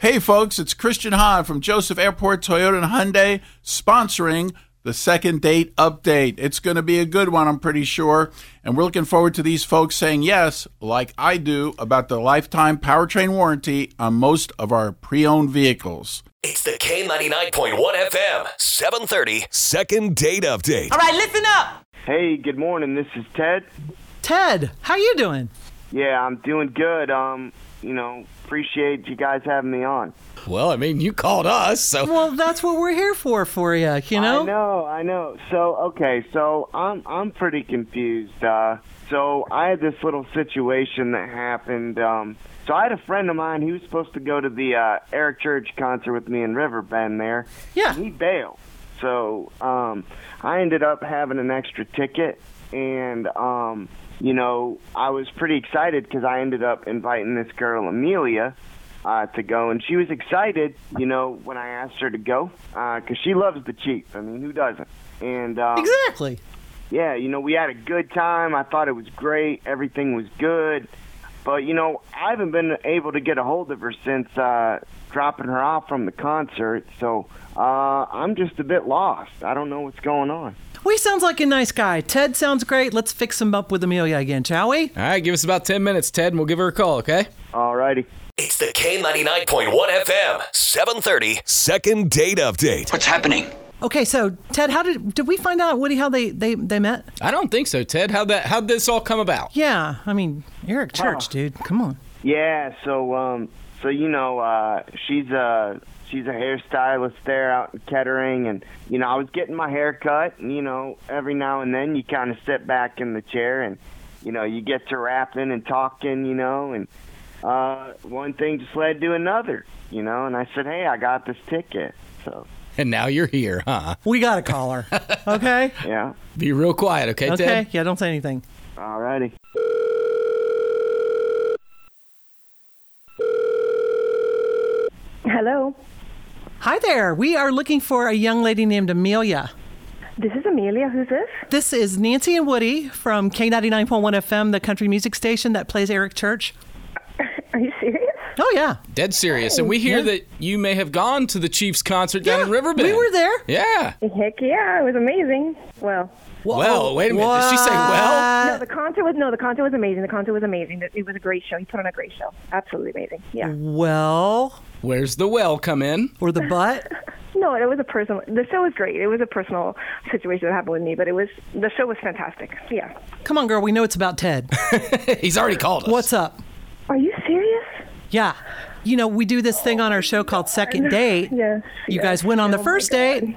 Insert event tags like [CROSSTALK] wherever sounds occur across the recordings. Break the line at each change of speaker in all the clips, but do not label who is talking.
Hey, folks, it's Christian Hahn from Joseph Airport Toyota and Hyundai sponsoring the second date update. It's going to be a good one, I'm pretty sure. And we're looking forward to these folks saying yes, like I do, about the lifetime powertrain warranty on most of our pre owned vehicles.
It's the K99.1 FM, 730.
Second date update.
All right, listen up.
Hey, good morning. This is Ted.
Ted, how you doing?
Yeah, I'm doing good. Um, you know, appreciate you guys having me on.
Well, I mean, you called us, so
Well, that's what we're here for, for you. You know.
I know, I know. So, okay, so I'm I'm pretty confused. Uh, so I had this little situation that happened. Um, so I had a friend of mine. He was supposed to go to the uh, Eric Church concert with me in River Bend there.
Yeah.
And he bailed. So um, I ended up having an extra ticket, and um, you know I was pretty excited because I ended up inviting this girl Amelia uh, to go, and she was excited, you know, when I asked her to go, because she loves the Chief. I mean, who doesn't? And um,
Exactly.
yeah, you know, we had a good time. I thought it was great. Everything was good. But, you know, I haven't been able to get a hold of her since uh, dropping her off from the concert. So uh, I'm just a bit lost. I don't know what's going on.
We sounds like a nice guy. Ted sounds great. Let's fix him up with Amelia again, shall we?
all right, give us about ten minutes, Ted, and we'll give her a call. Okay.
Alrighty.
It's the K99.1 FM, 730.
Second date update.
What's happening?
Okay, so Ted, how did did we find out Woody how they they they met?
I don't think so, Ted. How that? How'd this all come about?
Yeah, I mean Eric Church, dude. Come on.
Yeah, so, um, so you know, uh, she's a. She's a hairstylist there out in Kettering, and you know I was getting my hair cut. And you know every now and then you kind of sit back in the chair, and you know you get to rapping and talking, you know, and uh, one thing just led to another, you know. And I said, "Hey, I got this ticket." So
And now you're here, huh?
We gotta call
[LAUGHS]
her. Okay.
yeah,
Be real quiet, okay,
okay.
Ted?
Yeah. Don't say anything.
alrighty.
Hello,
Hi there. We are looking for a young lady named Amelia.
this is Amelia. Who's this?
This is Nancy and Woody from K99.1 FM, the country music station that plays Eric Church.
Are you serious?
Oh, yeah.
Dead serious. And we hear
Yeah.
that you may have gone to the Chiefs concert down in
Yeah,
Riverbend.
We were there.
Yeah.
Heck yeah, it was amazing. Well,
Well, wait a minute. Did she say well?
Uh,
no, the concert was no, the concert was amazing. The concert was amazing. It was a great show. You put on a great show. Absolutely amazing. Yeah.
Mm-hmm. Well,
Where's the well come in?
or the butt.
No, it was a personal. The show was great. It was a personal situation that happened with me, but it was the show was fantastic. Yeah.
Come on, girl. We know it's about Ted.
[LAUGHS] He's already called us.
What's up?
Are you serious?
Yeah. You know, we do this thing on our show called Second Date.
Yes.
You
yes.
guys went on the
Oh my
first
God.
date.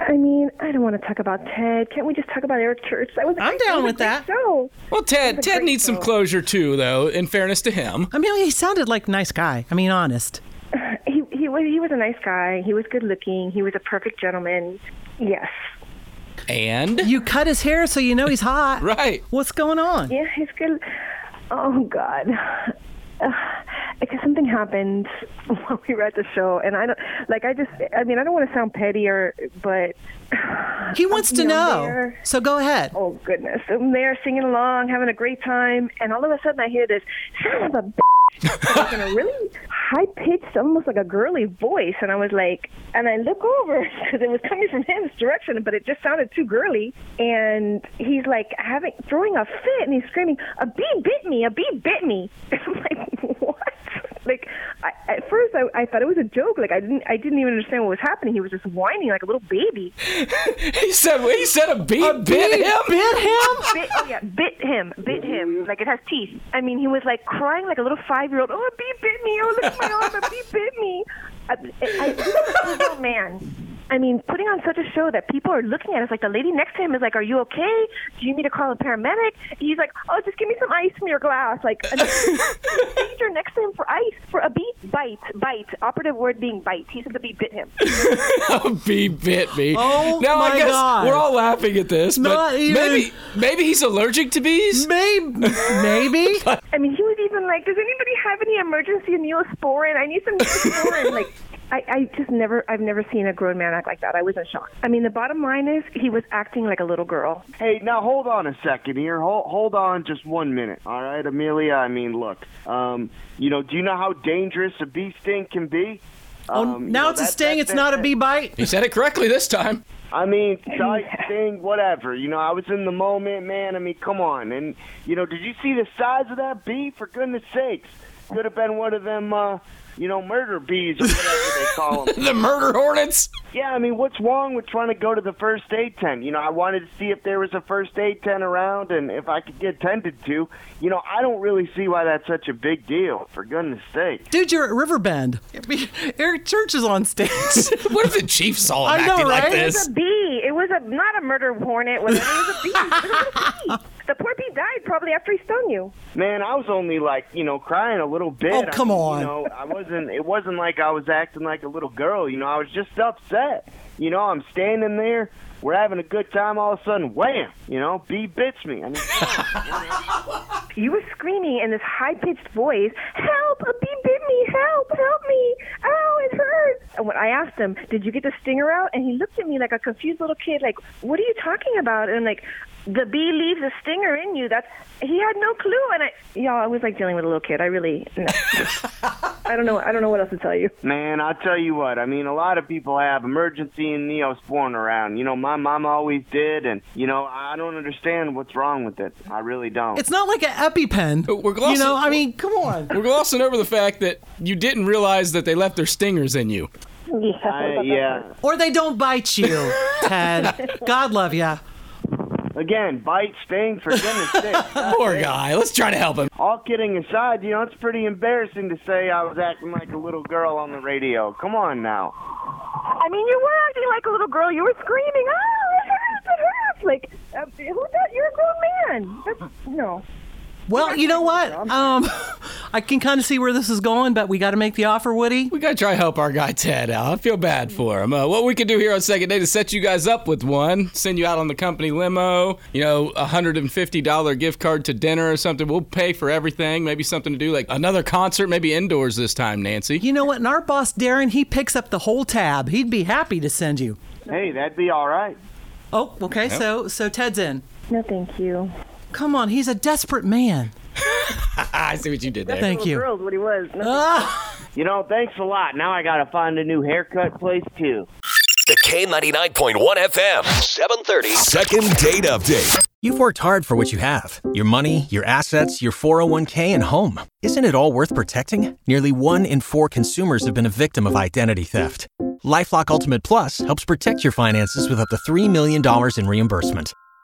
I mean, I don't want to talk about Ted. Can't we just talk about Eric Church? That was a
I'm
great-
down
was a
with
great
that.
Show.
Well, Ted,
That's a
Ted
great
needs some
show.
closure too, though. In fairness to him,
Amelia, he sounded like a nice guy. I mean, honest.
He he was he was a nice guy. He was good looking. He was a perfect gentleman. Yes.
and
You cut his hair so you know he's hot.
right, [LAUGHS]
What's going on?
Yeah, he's good. Oh God. [SIGHS] Uh, because something happened [LAUGHS] while we were at the show, and I don't like. I just, I mean, I don't want to sound petty or, but
He wants to
You know,
know.
there-
So go ahead.
oh goodness, I'm there singing along, having a great time, and all of a sudden I hear this son of a bitch in a really high pitched, almost like a girly voice, and I was like, and I look over [LAUGHS] because it was coming from his direction, but it just sounded too girly, and he's like having throwing a fit, and he's screaming, "A bee bit me! A bee bit me!" [LAUGHS] I'm like, what? Like I, at first, I, I thought it was a joke. Like I didn't, I didn't even understand what was happening. He was just whining like a little baby.
he said he said a bee bit
Bit
him.
Bit him?
bit, oh yeah, bit him, bit him. Like it has teeth. I mean, he was like crying like a little five-year-old. Oh, a bee bit me. Oh, look at my arm. A bee bit me. I, I, he's a little man. I mean, putting on such a show that people are looking at us like the lady next to him is like, "Are you okay? Do you need to call a paramedic?" He's like, "Oh, just give me some ice from your glass." Like, a stranger next to him for ice for a bee bite, bite. Operative word being bite. He said the bee bit him.
A [LAUGHS] bee bit me.
Oh,
now I
my
guess
God.
we're all laughing at this, but
Not even-
maybe maybe he's allergic to bees.
Maybe. Maybe.
[LAUGHS] Um,
I mean, he was even like, "Does anybody have any emergency neosporin? I need some neosporin." like, I, I just never, I've never seen a grown man act like that. I was in shock. I mean, the bottom line is he was acting like a little girl.
Hey, now hold on a second here. Hold, hold on just one minute, all right, Amelia? I mean, look, um, you know, do you know how dangerous a bee sting can be?
Oh,
Um, you
now
know,
it's a
that-
sting.
that-
it's
that-
not a
that-
bee bite.
He said it correctly this time.
I mean, sight, sting, whatever. You know, I was in the moment, man. I mean, come on. And, you know, did you see the size of that bee? For goodness sakes. Could have been one of them, uh, you know, murder bees or whatever they call them.
The murder hornets.
Yeah, I mean, what's wrong with trying to go to the first aid tent? You know, I wanted to see if there was a first aid tent around and if I could get tended to. You know, I don't really see why that's such a big deal. For goodness sake.
Dude, you're at Riverbend. [LAUGHS] I mean, Eric Church is on stage.
[LAUGHS] What if the chief saw him
I know,
acting like
right?
It was
this?
a bee. It was a not a murder hornet. Whatever. It was a bee. It was a bee. The poor bee died probably after he stung you.
Man, I was only like, you know, crying a little bit.
Oh, come
I mean,
on.
You know, I wasn't. It wasn't like I was acting like a little girl. You know, I was just upset. You know, I'm standing there. We're having a good time. All of a sudden, wham! You know, bee bits me. I mean,
You were screaming in this high pitched voice, Help! A bee bit me! Help! Help me! Ow, it hurts! And when I asked him, Did you get the stinger out? And he looked at me like a confused little kid, like, What are you talking about? And I'm like, The bee leaves a stinger in you. That's he had no clue. And I, y'all, I was like dealing with a little kid. I really, no. I don't know. I don't know what else to tell you.
Man, I'll tell you what. I mean, a lot of people have emergency and neosporin around. You know, my mom always did, and you know, I don't understand what's wrong with it. I really don't.
It's not like an EpiPen.
We're
you
glossing-
know, I mean, come on.
We're glossing over the fact that you didn't realize that they left their stingers in you.
Yeah. what
I,
about that?
yeah.
Or they don't bite you, Ted. God love ya.
Again, bite, sting, for goodness' sake.
Poor
Uh,
guy. Let's try to help him.
All kidding aside, you know, it's pretty embarrassing to say I was acting like a little girl on the radio. Come on now.
I mean, you were acting like a little girl. You were screaming, Oh, it hurts! It hurts! Like, uh, who does? You're a grown man. That's, no.
Well, you know what? Um, I can kind of see where this is going, but we got to make the offer, Woody.
We gotta try to help our guy Ted out. I feel bad for him. Uh, what we could do here on second day to set you guys up with one, send you out on the company limo. You know, a hundred and fifty dollar gift card to dinner or something. We'll pay for everything. Maybe something to do like another concert, maybe indoors this time, Nancy.
You know what? And our boss, Darren, he picks up the whole tab. He'd be happy to send you.
Hey, that'd be all right.
Oh, okay. So, so Ted's in.
No, thank you.
Come on, he's a desperate man.
[LAUGHS] I see what you did there.
Thank you.
Girls, what he was. No,
You know, thanks a lot. Now I gotta find a new haircut place too.
The K99.1 FM, 730.
Second date update.
You've worked hard for what you have your money, your assets, your 401k, and home. Isn't it all worth protecting? Nearly one in four consumers have been a victim of identity theft. Lifelock Ultimate Plus helps protect your finances with up to $3 million in reimbursement.